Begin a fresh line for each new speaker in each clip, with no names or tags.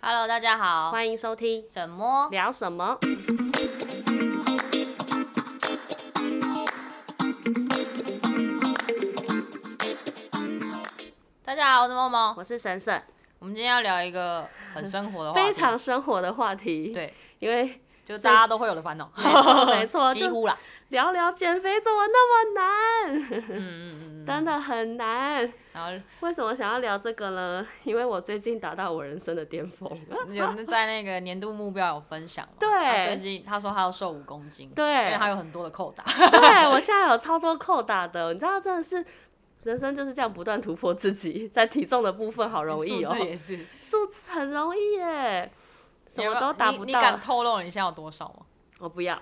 Hello，大家好，哦
欢迎收听
什么？
聊什么？
大家好，我是梦梦。
我是沈沈，
我们今天要聊一个很生活的话题，
非常生活的话题，
啊对，
因为
就大家都会有的烦恼，
没错
几乎 啦。
聊聊减肥怎么那么难，
嗯嗯嗯嗯。
真的很难。
然后
为什么想要聊这个呢？因为我最近达到我人生的 巅峰。
有在那个年度目标有分享嘛？
对
他最近他说他要瘦五公斤，
对
因为他有很多的扣打。
对我现在有超多扣打的，你知道，真的是人生就是这样不断突破自己， 在体重的部分好 容易
数
哦、
字也是，
数字很容易耶，什么都达不
你你敢
到。
透露你现在有多少吗？
我不要，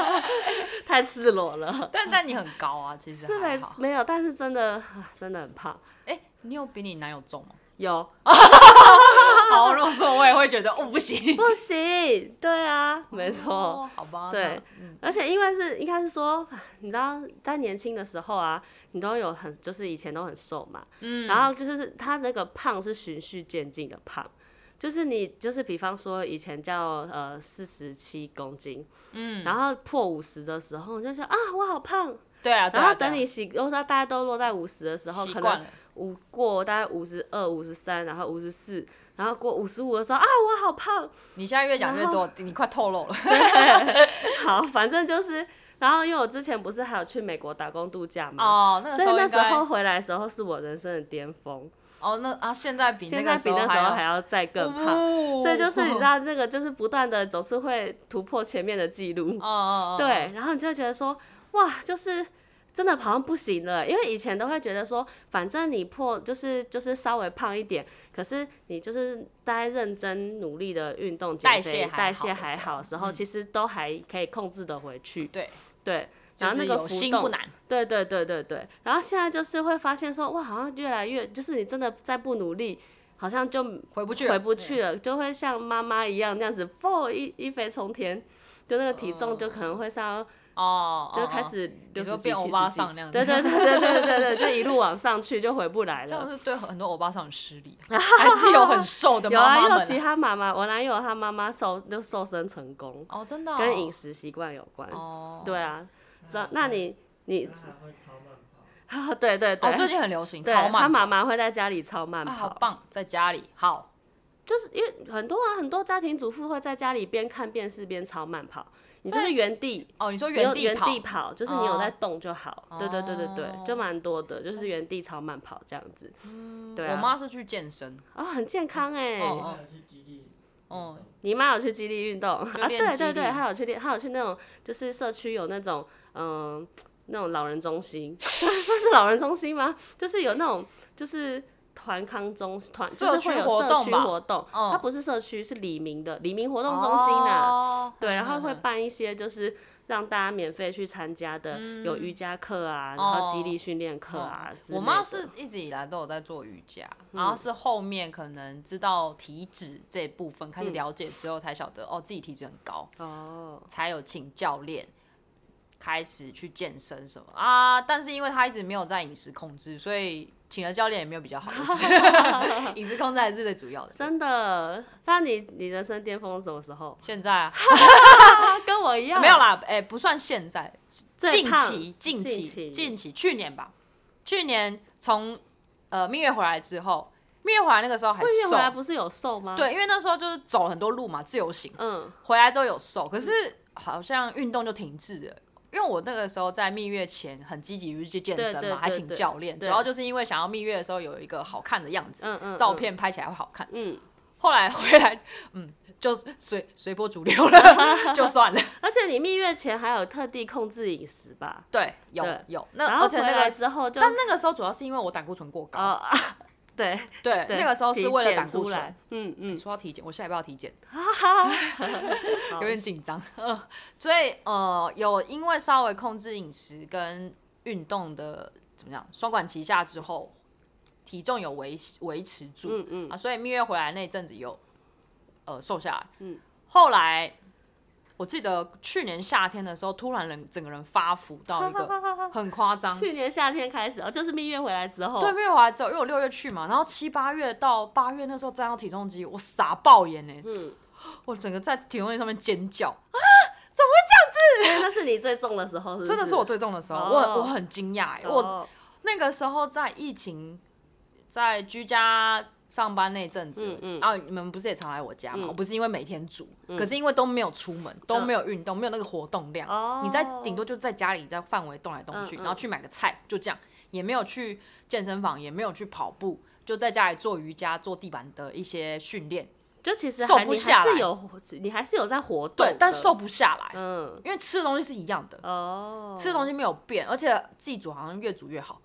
太赤裸了。
但但你很高 啊，其实
是
还
没
好。
没有，但是真的啊真的很胖。
哎、你有比你男友重吗？
有
好，如果是我，我也会觉得哦，不行。
不行，对啊， 没错。
哦，好吧。
对
那，嗯，
而且因为是应该是说，你知道在年轻的时候啊，你都有很就是以前都很瘦嘛，嗯，然后就是他那个胖是循序渐进的胖，就是你就是比方说以前叫呃四十七公斤，嗯，然后破五十的时候，你就说啊我好胖，
对啊，对啊。
然后
对啊
等你习，然后大家都落在五十的时候，
习
可
惯
能
了，
五过大概五十二、五十三，然后五十四，然后过五十五的时候啊，我好胖。
你现在越讲越多，你快透露了。
好，反正就是，然后因为我之前不是还有去美国打工度假嘛，
哦，那个
所以
时候
那
应
时
该
候回来的时候是我人生的巅峰，
哦，那啊，现在比那
现
个
在
时
比
候
那时
要
候还要再更胖。
哦
所以就是你知，道那个就是不断的总是会突破前面的记录，
哦哦，哦，
对，然后你就会觉得说，哇，就是真的好像不行了，因为以前都会觉得说，反正你破就是就是稍微胖一点，可是你就是待认真努力的运动减
代
肥
谢还
代
好
谢
的
还
时嗯
好的时候，其实都还可以控制的回去。
对，
对，
就
然后
是
那个
有
浮
心不
动，
难，
对对对对对，然后现在就是会发现说，哇，好像越来越，就是你真的再不努力，好像就
回不去哦了，
回不去了，就会像妈妈一样那样子，啵一一飞冲天，就那个体重就可能会上到
哦，哦
就开始
你
六
说
十
变欧巴桑那样子
对对对对对对对，就一路往上去就回不来
这样
了。
是对很多欧巴桑很失 礼，还是有很瘦的
有
妈
啊，
妈
也有
们
其
啊。
他妈妈，我男友他妈妈瘦就瘦身成功，
哦，真的哦
跟饮食习惯有关。
哦，
对啊，这那你你啊， 对对对
哦，，最近很流行
对
超
他
慢跑，
妈妈会在家里超慢
啊，好
跑，
棒，在家里好，
就是因为很多啊，很多家庭主妇会在家里边看电视边超慢跑，你就
在
是原地。
哦，你说
没有
地
原
跑，
地跑，就是你有在动就好。
哦
对对对对对，就
哦
蛮多的，就是原地超慢跑这样子。嗯，对
我
啊，
妈是去健身，
哦，很健康哎、
哦
还有去基地，
哦，
你妈有去基地运动啊？
有
对
练肌
对对，
力
她有去练，她有去那种就是社区有那种嗯、那种老人中心， 那是老人中心吗？就是有那种就是团康中团，就
社
是
区
会有
活
社
动
区
吧
活动，
嗯
它不是社区，是李明的李明活动中心啊呐、
哦
对，然后
嗯
会
嗯嗯
办一些就是让大家免费去参加的，有瑜伽课啊，然后肌力训练课啊、
嗯
之
哦我
类
妈
的嗯
是一直以来都有在做瑜伽，然后是后面可能知道体脂这部分开始
嗯
了解之后，才晓得、哦自己体脂很高，
哦，
才有请教练开始去健身什么啊。但是因为她一直没有在饮食控制，所以请了教练也没有比较好的 事，饮食控制还是最主要的。
真的。那你你人生巅峰是什么时候？
现在啊、
啊， 跟我一样，
没有啦，哎、不算现在，
最
近
胖
期近
近
期
期
近期去年吧，去年从呃蜜月回来之后，蜜月回来那个时候还
蜜月
瘦
回，来不是有瘦吗？，
对，因为那时候就是走了很多路嘛，自由行，
嗯，
回来之后有瘦，可是好像运动就停滞了。因为我那个时候在蜜月前很积极于去健
对
身嘛，
对
还
对
请
对
教练，主
对
要就是因为想要蜜月的时候有一个好看的样子，
嗯嗯
照
嗯
片拍起来会好看。
嗯，
后来回来，嗯，就随随波逐流 了，就算了。
而且你蜜月前还有特地控制饮食吧？
对，有
对
有，那
然
呃而
后
且
回
那
来
个，
之后就
但那个时候主要是因为我胆固醇过高，
哦， 啊对
对，
对，
那个时候是
体
为了
检
胆固
出来
醇。，
嗯 嗯，
说到体检，我下礼拜要体检。
好
有点紧张， 所以呃，有因为稍微控制饮食跟运动的怎么样，双管齐下之后，体重有维维持住，
嗯嗯
啊，所以蜜月回来那阵子有呃瘦下来，嗯，后来。我记得去年夏天的时候，突然人整个人发福到一个很夸张。
去年夏天开始哦，就是蜜月回来之后，
对，没有来之后，因为我六月去嘛，然后七八月到八月那时候站到体重机，我傻爆眼呢、
嗯，
我整个在体重机上面尖叫，
因为那是你最重的时候，是不
真的是我最重的时候，我
哦
很我很惊讶欸，我
哦
那个时候在疫情，在居家上班那阵子，
嗯嗯
啊，你们不是也常来我家吗？
嗯
我不是因为每天煮，可是因为都没有出门，都没有运动，没有那个活动量，
哦
你在顶多就在家里在范围动来动去，
嗯嗯
然后去买个菜，就这样，也没有去健身房，也没有去跑步。就在家里做瑜伽、做地板的一些训练，
就其实
瘦
还
不
你
下
还
来
是有，你还是有在活动，
对，但瘦，不下来，
嗯，
因为吃的东西是一样的，
哦，
吃的东西没有变，而且自己煮好像越煮越好。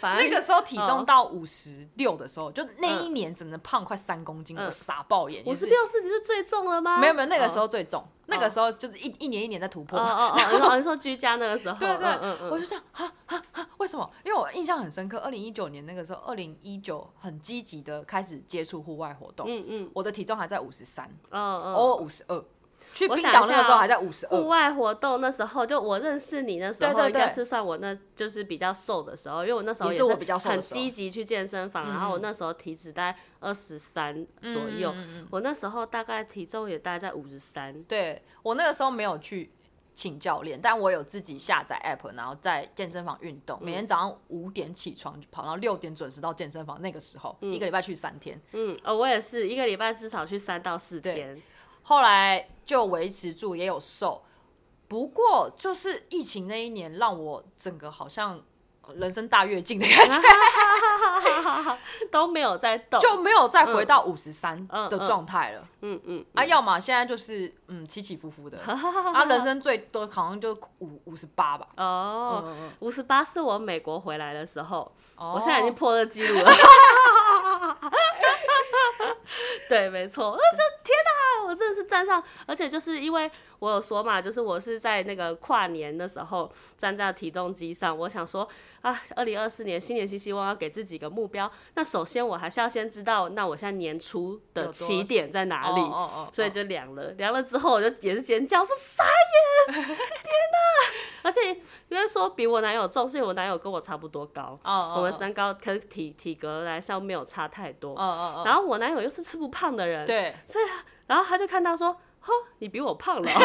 反正
那个时候体重
嗯
到五十六的时候，就那一年整整胖快三公斤，我傻爆眼。
五
也是，
十六是你是最重了吗？
没有没有，那个时
候，
候最重，那个时候就是一一年一年在突破
哦。哦哦，你说你说居家那个时候，
对对
嗯嗯嗯
我就这样啊啊啊！为什么？因为我印象很深刻，二零一九年那个时候，二零一九很积极的开始接触户外活动，
嗯嗯
我的体重还在五十三，
嗯嗯，
偶尔五十二，去
我
冰
想
岛
一
那
下
个时候
哦
还在五十
户
二，
外活动那时候，就我认识你那时
对对
候，应该
对
是算我那就是比较瘦的时候，因为我那时候
也
也
是我比较瘦的
很
时候嗯
积极去健身房，然后我那时候体脂大概二十三左右，
嗯
我那时候大概体重也大概在五十三，
对我那个时候没有去请教练，但我有自己下载 app，然后在健身房运动，每
嗯
天早上五点起床就跑到六点准时到健身房。那个时候、一个礼拜去三天，
嗯，呃，我也是一个礼拜至少去三到四
对
天，
后来就维持住，也有瘦。不过就是疫情那一年，让我整个好像人生大跃进的感觉，
都没有在动，
就没有再回到五十三
嗯
的状态了。
嗯嗯，
啊，要么现在就是嗯起起伏伏 的，啊，人生最多好像就五五十八吧。嗯
哦，五十八是我美国回来的时候，
我
我现在已经破了记录 了。对，没错，那就天哪，我真的是站上，而且就是因为我有说嘛，就是我是在那个跨年的时候站在体重机上，我想说啊，二零二四年新年新希望要给自己一个目标，那首先我还是要先知道，那我现在年初
有
的
多
起点在哪里，
哦哦哦，
所以
哦
就凉了，凉了之后我就也是尖叫，我说傻眼，天哪！而且因为说比我男友重，所以我男友跟我差不多高，
哦哦，
我们
哦
身高跟体体格来上没有差太多。
哦哦
然后我男友又是吃不胖的人
哦，，对，
然后他就看到说：“哦，你比我胖 了哦。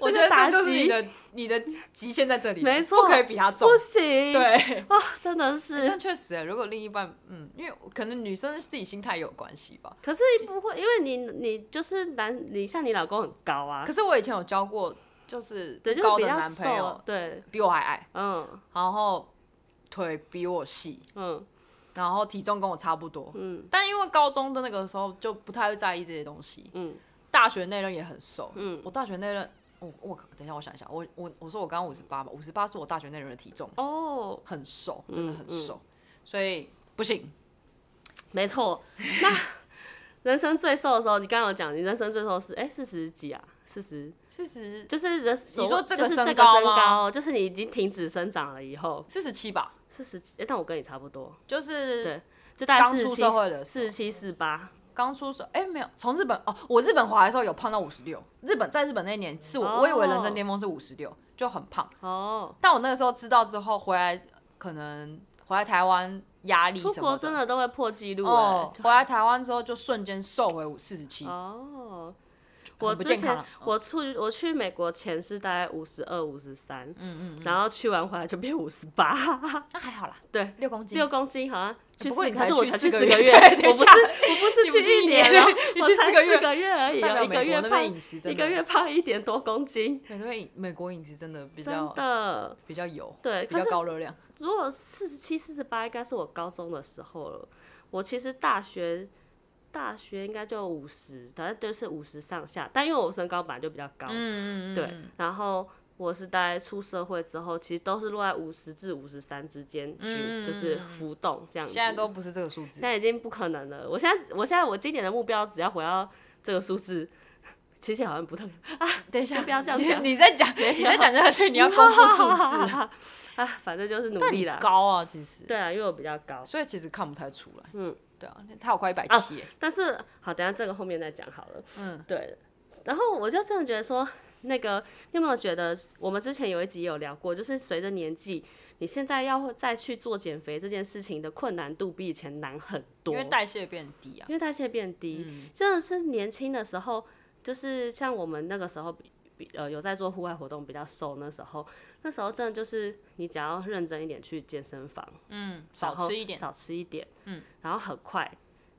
我觉
就
得
打
这就是
击
你的你的极限在这里了，
没
不
错
可以比他”重
不。行，
对，
啊，真的是
但。确实欸，如果另一半，嗯，因为可能女生自己心态有关系吧。
可是不会，因为你你就是男，你像你老公很高啊，
可是我以前有交过，就是
对，就是
高
比
的
较
男朋
瘦
友，，
对，
比我还矮，
嗯
然后腿比我细，
嗯
然后体重跟我差不多。
嗯
但因为高中的那个时候就不太会在意这些东西，
嗯，
大学那任也很瘦，
嗯
我大学那任，我我等一下我想一下，我我我说我刚刚五十八吧，五十八是我大学那任的体重。
哦，
很瘦，真的很瘦，
嗯
所以不行。
没错。那人生最瘦的时候，你刚刚有讲，你人生最瘦是哎四十几啊，四十
四十
就是人所谓，
说这个
就是
身
身
高吗
高就是你已经停止生长了以后，
四十七吧，
四十几，诶但我跟你差不多，
就是
对就大概
刚
四
出
十七
社、会的
四
时
十
候，
七、四八，
刚出社，哎、没有，从日本哦，我日本回来的时候有胖到五十六，日本在日本那一年是我，
哦
我以为人生巅峰是五十六，就很胖，
哦，
但我那个时候知道之后回来，可能回来台湾压力
出
什么
国真的都会破纪录
哦
哎，，
回来台湾之后就瞬间瘦回五四十七，
哦。
很
我
不
之
健康
前
啊
我去我去美国前是大概五十二五十三，嗯嗯，然后去完回来就变五十八，
那还好啦，
对，
六公斤
六。公斤好像去
不过
四
你
可
才
是我
去
才
四
去
个
四
月
月，
对等
我
一
不
下
是我
你
不
不
是
去
去
一年
年哦，
你
我
去
才
四个月
四个月而已
代表
哦，一个
美
月
国那边
胖
饮食真
一
的，
个月胖一点多公斤，
美国饮美国饮食真的比
真
较
的
比较油，
对。
比
可
较
是
高热量。
如果四十七、四十八，应该是我高中的时候了。我其实大学大学应该就五十，反正就是五十上下。但因为我身高本来就比较高，
嗯嗯嗯，
对，然后我是大概出社会之后，其实都是落在五十至五十三之间去，
嗯
就是浮动这样子。
现在都不是这个数字
现。在已经不可能了。我现在，我现在，我今年的目标只要回到这个数字，其实好像不太
等一下，
先不要这样
你
讲
你再讲，你再讲下去，你要 公布数字。
啊，反正 就是努
但
力
你
啦。
高啊，其实，
对啊，因为我比较高，
所以其实看不太出来。
嗯，
对啊，他有快一百
啊
七，
但是好，等一下这个后面再讲好了。
嗯，
对，然后我就真的觉得说，那个你有没有觉得，我们之前有一集有聊过，就是随着年纪，你现在要再去做减肥这件事情的困难度比以前难很多，
因为代谢嗯变低啊。
因为代谢变低，真的是年轻的时候，就是像我们那个时候比比呃有在做户外活动比较瘦，那时候那时候真的就是你只要认真一点去健身房，
嗯，少
然后
吃一点，
少吃一点，嗯，然后很快，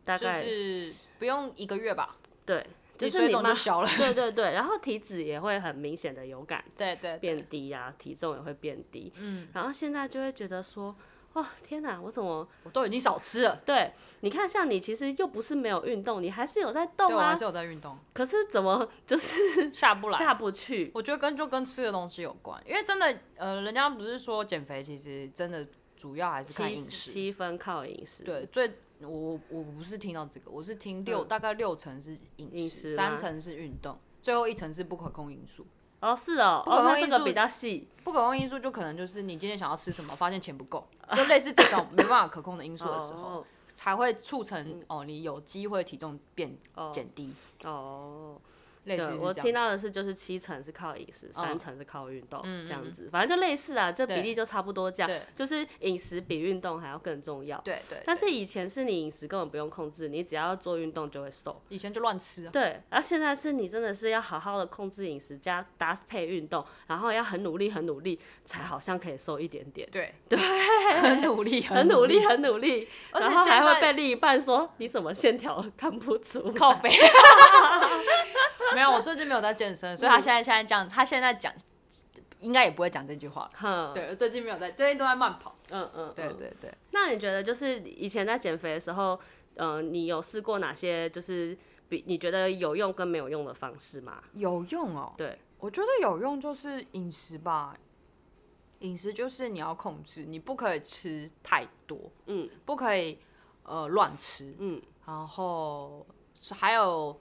大
就
概、
是不用一个月吧，
对，就
你
是
水
你
肿
慢
就消了。
对对对，然后体脂也会很明显的有感
对对对，
变低啊，体重也会变低，嗯，然后现在就会觉得说，哦天哪，我怎么
我都已经少吃了，
对？你看，像你其实又不是没有运动，你还是有在
对
动
我
啊
还，是有在运动，
可是怎 么就是
下不来。
下不去？
我觉得跟就跟吃的东西有关，因为真的，呃，人家不是说减肥其实真的主要还是看
七
饮
十
食，
七分靠饮食，
对，最我我不是听到这个，我是听六、大概六成是饮
嗯饮
食，
食
三
吗
成是运动，最后一层是不可控因素。
哦是哦，
不可
哦那
控
这
因
个
素
比较细，
不可控因素就可能就是你今天想要吃什么，发现钱不够，就类似这种没办法可控的因素的时候，
哦
才会促成哦你有机会体重变
哦
减低，
哦，
类
对
似是，
我
这
听
样子。
到的是就是七成是靠饮食，
嗯
三成是靠运动，这样子，反正就类似啊，这比
对
例就差不多这样
对，
就是饮食比运动还要更重要。
对对，
但是以前是你饮食根本不用控制，你只要做运动就会瘦。
以前就乱吃啊，
对，然后现在是你真的是要好好的控制饮食，加搭配运动，然后要很努力，很努力，才好像可以瘦一点点。
对对，很努力，
很努力，很努力，
而且
然后还
现
会
在
被另一半说你怎么线条看不出来？
靠 背。没有，我最近没有在健身，所以他现在现在讲，他现在讲应该也不会讲这句话了。哦
哼，
对，我最近没有在，最近都在慢跑。
嗯嗯，
对
嗯
对对，
那你觉得就是以前在减肥的时候，呃，你有试过哪些就是比你觉得有用跟没有用的方式吗？
有用哦。
对，
我觉得有用就是饮食吧，饮食就是你要控制，你不可以吃太多，
嗯，
不可以呃乱吃，
嗯，
然后还有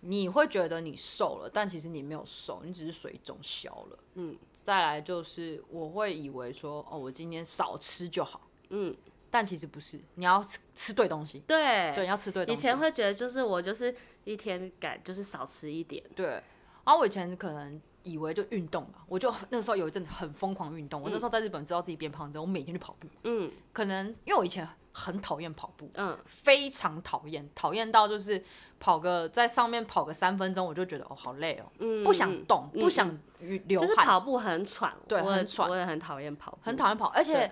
你会觉得你瘦了，但其实你没有瘦，你只是水肿消了，
嗯，
再来就是我会以为说哦，我今天少吃就好，
嗯，
但其实不是，你要吃吃对东西，
对，
对，你要吃对东
以
西，
前会觉得就是我就是一天改就是少吃一点，
对，然后我以前可能以为就运动吧，我就那时候有一阵子很疯狂运动。我那时候在日本知道自己变胖之后，我每天去跑步。
嗯
可能因为我以前很讨厌跑步，
嗯，
非常讨厌，讨厌到就是跑个在上面跑个三分钟，我就觉得哦好累哦，
嗯
不想动，
嗯
不想流
就是
汗，
跑步很喘，
对
我也
很喘
我也很讨厌跑步，
很讨厌跑。而且
对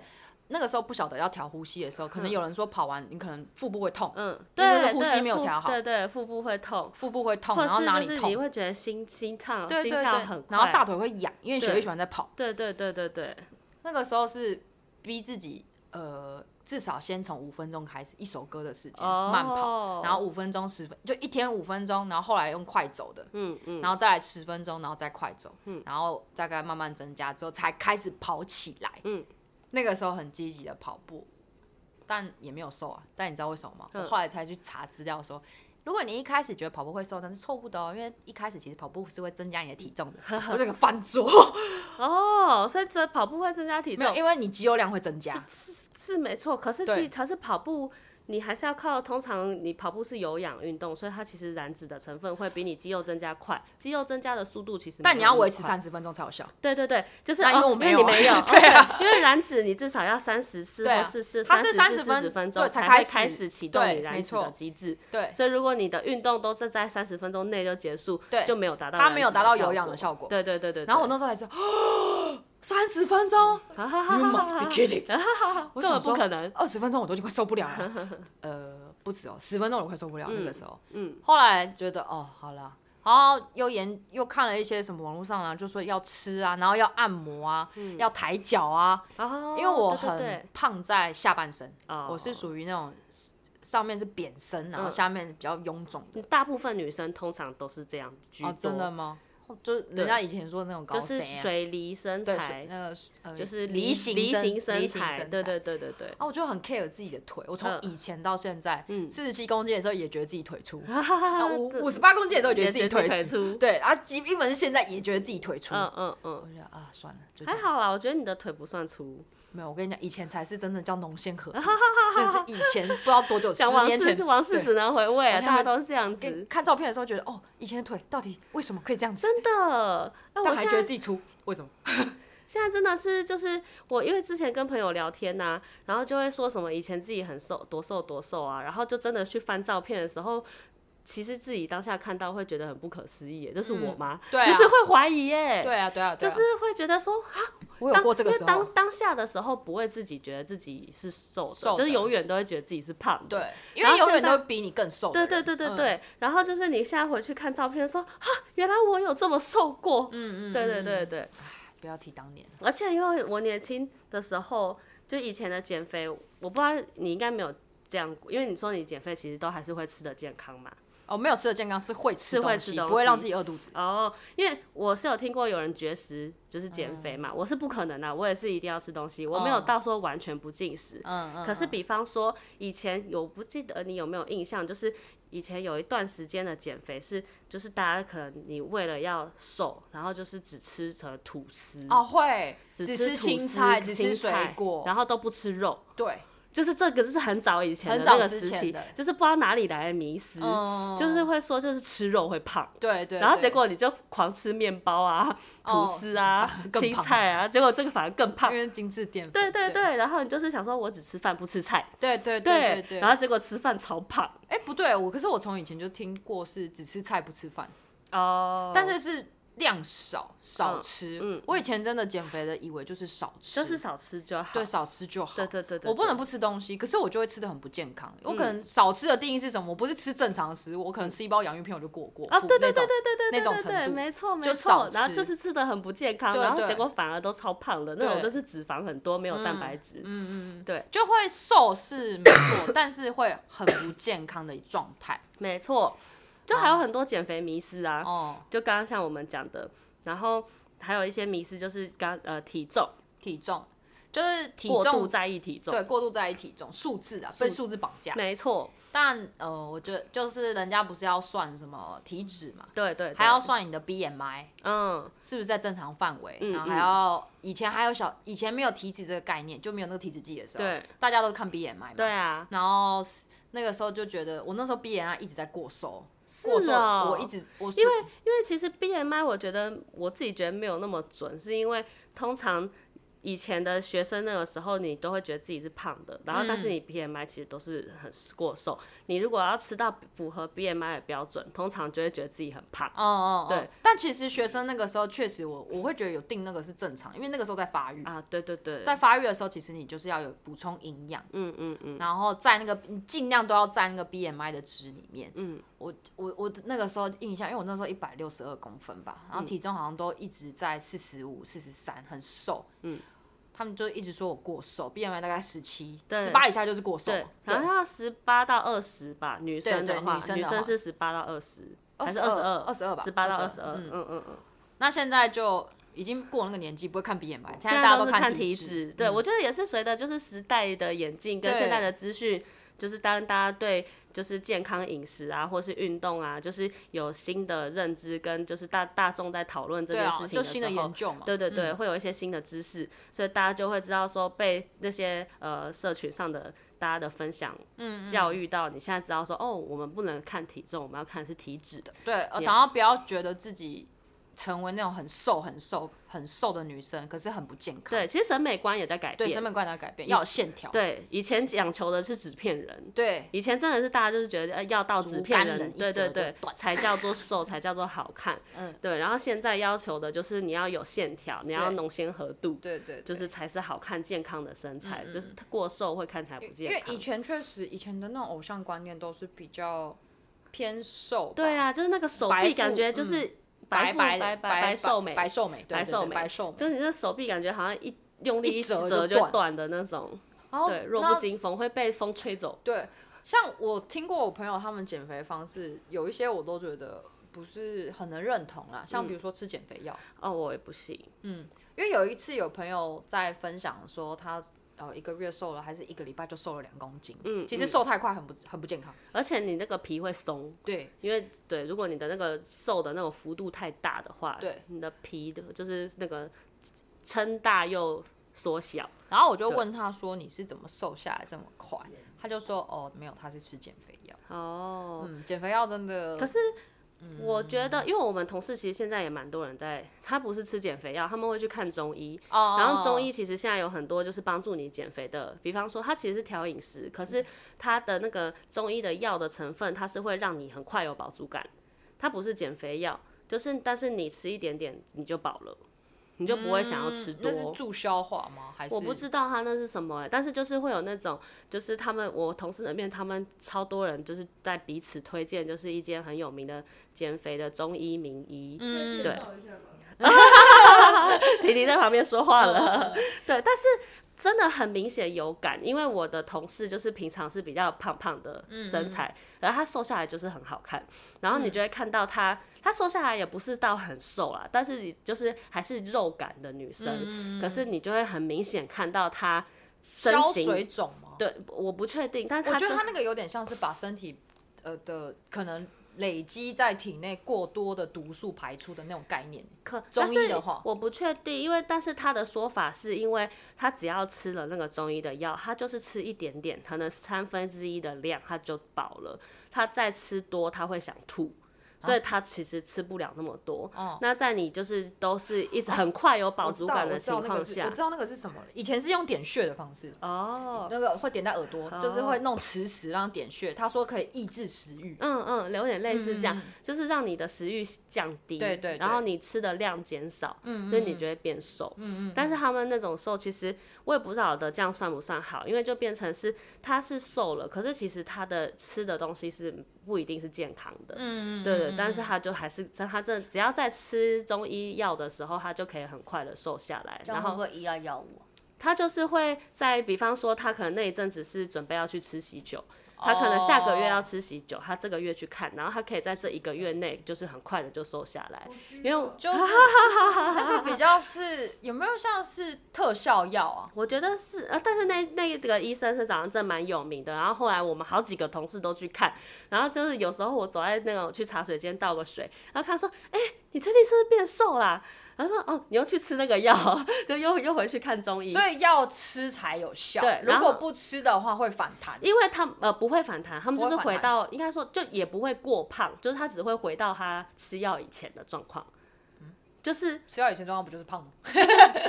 那个时候不晓得要调呼吸的时候，可能有人说跑完你可能腹部会痛，
嗯，
因为
对，
就是呼吸
对
没有
腹
调好
对对，腹部会痛，
腹部会痛，
或
然后哪
是就
里
是你
痛，
会觉得心心跳
对
心
对
跳
对
很，快，
然后大腿会痒，因为血
对
液循环在跑。
对对对对对，
那个时候是逼自己，呃，至少先从五分钟开始，一首歌的时间、
哦
慢跑，
跑
然后五分钟、十分，就一天五分钟，然后后来用快走的，
嗯嗯
然后再来十分钟，然后再快走，然后大概慢慢增加之后，才开始跑起来。
嗯
那个时候很积极的跑步，但也没有瘦啊。但你知道为什么吗？
嗯
我后来才去查资料说。如果你一开始觉得跑步会瘦，那是错误的哦，因为一开始其实跑步是会增加你的体重 的。我整个翻桌，
哦，所以这跑步会增加体
没
重
有，，因为你肌肉量会增加。
是没错，可是
对
其可是跑步。你还是要靠，通常你跑步是有氧运动，所以它其实燃脂的成分会比你肌肉增加快，肌肉增加的速度其实没有
但你要
那么
维持
快
三十分钟才有效。
对对对，就是
那因为
哦
我没有
因为你没有，
对啊
哦对因为燃脂你至少要三十四
对
或
啊
四四，
它是
30
30
至40分
分
钟
对才
才会
开始
开始启动
对
你燃
没
脂的
错
机制。
对，
所以如果你的运动都是在三十分钟内就结束，
对
就没有达到
它没有达到有氧
的
的效果。
对对对对，
然后我
那
那时候还是 三十分钟
哈 哈哈
，You
哈
must be
哈
kidding！我
根
想
本不
说
可能，
二十分钟我都已经快受不了 了，呃，不止哦，十分钟我都快受不了那个时候。
嗯，
后来觉得哦，好了。然后又研又看了一些什么网络上啊，就说要吃啊，然后要按摩啊，要抬脚啊，
嗯哦
因为我
对对对
很胖在下半身，
哦
我是属于那种上面是扁身，然后
嗯
下面比较臃肿的。
大部分女生通常都是这样居多。
哦，真的吗？就是人家以前说的那种高
就是
谁啊，
水梨身
对，
材
水，那个呃
就是
梨形
梨形
身
材，对对对对对。
啊，我就很 care 自己的腿。我从
嗯
以前到现在，四十七公斤的时候也觉得自己腿 粗，
啊
啊五五十八公斤的时候也觉得自己腿粗，
粗，
对啊，基本是现在也觉得自己腿粗。
嗯嗯嗯，
我就觉得啊，算了，就这
还
样。
好啦，我觉得你的腿不算粗，
没有，我跟你讲，以前才是真的叫浓鲜 合璧，那是以前不知道多久，十
讲王
年
氏
前
是。王氏
对
只能回味啊，
我看
大
他
家都是这样
跟
子，
看照片的时候觉得，哦，以前的腿到底为什么可以这样子？
真的。那我
但还
现
觉得
在
自己粗，为什么？
现在真的是就是我，因为之前跟朋友聊天呐、然后就会说什么以前自己很瘦，多瘦多瘦啊，然后就真的去翻照片的时候，其实自己当下看到会觉得很不可思议耶，这是我吗？
对啊
就是会怀疑耶，
对啊，对啊，对
就
啊
是会觉得说，
我有过这个
因
时
为
候
当，当下的时候不会自己觉得自己是瘦的，
瘦的
就是永远都会觉得自己是胖的。
对，因
然
为
后
永远
现在
都比你更瘦的
对
人。
对对
嗯
对对，然后就是你现在回去看照片说，啊，原来我有这么瘦过，嗯嗯，对对对对，
不要提当年。
而且因为我年轻的时候，就以前的减肥，我不知道你应该没有这样过，因为你说你减肥其实都还是会吃的健康嘛。
哦，没有吃的健康是会吃
是会
东
吃
西，
东
不会让
西
自己饿肚子。
哦，因为我是有听过有人绝食，就是减肥
嗯
嘛，我是不可能的，啊我也是一定要吃东西，我没有到说完全不进食。
哦嗯嗯。
可是，比方说以前有不记得你有没有印象，就是以前有一段时间的减肥是，就是大家可能你为了要瘦，然后就是只吃成吐司，
哦，会只
嗯吃
吃
吐
青
司
菜，只
青
吃水
菜
果。
然后都不吃肉。
对，
就是这个是很早以前的
很
那
早
个
之
时
前
期
的，
就是不知道哪里来的迷思，
嗯，
就是会说就是吃肉会胖，
对对。
然后
对
结，果你就狂吃面包啊、吐
哦
司啊、
更
青
胖
菜啊，结果这个反而更胖
因。为精致淀粉。
对对
对
对，然后你就是想说我只吃饭不吃菜，
对对对对。
然后结果吃饭超胖
哎，不对，我可是我从以前就听过是只吃菜不吃饭，
哦
但是是量少少
嗯
吃。
嗯
我以前真的减肥的以为就是少吃，
就是少吃就好。
对少吃就好。
对对对对，嗯
我不能不吃东西，可是我就会吃的很不健康。我可能少吃的定义是什么？我不是吃正常的食物，我可能吃一包洋芋片我就过过
啊，
腹
对
那
对对
种
对对对
那
对
种
对
程
对，
度
没错没
就
错
少，
然后
吃
就是吃的很不健康，
对
然后结
对
果反而都超胖的，那种
对嗯
就是脂肪很多，没有蛋白质。
就会瘦是没错，但是会很不健康的状态。
没错，就还有很多减肥迷思啊，
哦，
就刚刚像我们讲的，然后还有一些迷思就是刚呃体重
体重就是体
过度
重
在意体重，
对过度在意体重数字啊，被数字绑架。
没错，
但呃，我觉得就是人家不是要算什么体脂嘛，
对对对啊
还要算你的 BMI
嗯
是不是在正常范围，
嗯
然后
嗯
还要以前还有小以前没有体脂这个概念，就没有那个体脂计的时候，
对
大家都看 BMI 嘛，
对啊，
然后是那个时候就觉得，我那时候 BMI 一直在过瘦，过瘦，
哦
我一直我因为
因为其实 BMI 我觉得我自己觉得没有那么准，是因为通常。以前的学生那个时候，你都会觉得自己是胖的，然后但是你 BMI 其实都是很过瘦。你如果要吃到符合 BMI 的标准，通常就会觉得自己很胖。
哦哦哦，
对，
但其实学生那个时候确实我我会觉得有定那个是正常，因为那个时候在发育。
啊，对对对，
在发育的时候，其实你就是要有补充营养，嗯嗯嗯，然后在那个你尽量都要在那个 BMI 的值里面，嗯，我我我那个时候印象，因为我那时候一百六十二公分吧，然后体重好像都一直在四十五、四十三，很瘦，嗯，他们就一直说我过瘦，BMI 大概十七、
对
十八以下就是过瘦
对
嘛，，
好像要十八到二十吧，哦女生
对
的话，
女生的话
是十八到二十，还是二
22，22吧
十八到二十
22
二，嗯嗯嗯，
那现在就已经过那个年纪，不会看 BMI，现
现
在
在
大家都
都是
看
看
体脂。
脂，对我觉得也是随着就是时代的演进跟
对
现在的资讯，就是当大家对就是健康饮食啊，或是运动啊，就是有新的认知跟就是大大众在讨论这
对
件
啊，
事情
就
时
新的
候
研嗯究嘛。
对对对，会有一些新的知识，所以大家就会知道说被那些呃社群上的大家的分享，嗯，教育到你现在知道说哦，我们不能看体重，我们要看的是体脂的，
对，呃然后不要觉得自己成为那种很瘦、很瘦、很瘦的女生，可是很不健康。
对，其实审美观也在改
对，
变，
审美观要改变，要有线条。
对，以前讲求的是纸片人。
对，
以前真的是大家就是觉得呃要到纸
竹
片
竿
人，
人一
对对
折就
对，
断
才叫做瘦，才叫做好 看，嗯，对。然后现在要求的就是你要有线条，你要
对
浓鲜合度，
对对，嗯
就是才是好看健康的身材，就是过瘦会看起来不
因
健
为
康。
以前确实以前的那种偶像观念都是比较偏瘦吧，
对啊，就是那个手
白
臂
腹
感觉就是
白
腹
白
白
的
白
白
瘦美，
白瘦美，对
白
对
瘦
对
美
白瘦美。
就是你的手臂感觉好像一用力
一折
折
就
就
断
断的那种，
然后
对，弱
那
不禁风会被风吹走。
对，像我听过我朋友他们减肥方式，有一些我都觉得。不是很能认同啊，像比如说吃减肥药，
哦，我也不行。
因为有一次有朋友在分享说他呃一个月瘦了还是一个礼拜就瘦了两公斤，嗯，其实瘦太快很不很不健康，
而且你那个皮会松，
对，
因为对，如果你的那个瘦的那种幅度太大的话，
对，
你的皮的就是那个撑大又缩小。
然后我就问他说你是怎么瘦下来这么快？他就说哦没有，他是吃减肥药，
哦，
嗯，减肥药真的，
可是
嗯
我觉得，因为我们同事其实现在也蛮多人在，他不是吃减肥药，他们会去看中医。
哦
然后中医其实现在有很多就是帮助你减肥的，比方说它其实是调饮食，可是它的那个中医的药的成分，它是会让你很快有饱足感，它不是减肥药，就是但是你吃一点点你就饱了，你就不会想要吃
嗯
多。
那是助消化吗？还是
我不知道他那是什么、欸，但是就是会有那种，就是他们我同事里面，他们超多人就是在彼此推荐，就是一间很有名的减肥的中医名医，对
嗯，对，
婷婷在旁边说话
嗯
了， 对，但是真的很明显有感，因为我的同事就是平常是比较胖胖的
嗯
身材，然后她瘦下来就是很好看，然后你就会看到她，她瘦下来也不是到很瘦啦，但是你就是还是肉感的女
嗯
生，可是你就会很明显看到她身
消水
形。
肿吗？
对，我不确定，但是
我
她
觉得
真
他那个有点像是把身体呃的可能累积在体内过多的毒素排出的那种概念。
可
中医的
但是
话
我不确定，因为但是他的说法是因为他只要吃了那个中医的药，他就是吃一点点，可能三分之一的量他就饱了，他再吃多他会想吐。所
啊
以他其实吃不了那么多，那在你就是都是一直很快有
嗯
饱
我知
足
道，
感
我
的
知
情
道那
况
个是，
下
我，知道那个是什么了。以前是用点穴的方式，
哦，
那个会点在耳朵，就是会弄磁石让它点穴。他说可以抑制食欲，
嗯嗯，有点类似这样，就是让你的食欲降低，
对对对
然后你吃的量减少，所以你就会变瘦，嗯嗯嗯。但是他们那种瘦，其实我也不晓得这样算不算好，因为就变成是他是瘦了，可是其实他的吃的东西是不一定是健康的，嗯嗯，对对。但是他就还是他这只要在吃中医药的时候，他就可以很快的瘦下来，然后
会依赖药物？
他就是会在，比方说，他可能那一阵子是准备要去吃喜酒，他可能下个月要吃喜酒，他这个月去看，然后他可以在这一个月内就是很快的就瘦下来，因为
就是那个比较是有没有像是特效药啊？
我觉得是，呃，但是那那个医生是长得真蛮有名的，然后后来我们好几个同事都去看，然后就是有时候我走在那种去茶水间倒个水，然后他说，哎、你最近是不是变瘦啦、然后说，哦，你又去吃那个药， 就又又回去看中医，
所以要吃才有效，
对
如
然
果
后
不吃的话会反弹。
因为他们呃不会反弹，他们就是
不会
回
反弹
到应该说就也不会过胖，就是他只会回到他吃药以前的状况，就是
吃药以前状况不就是胖吗？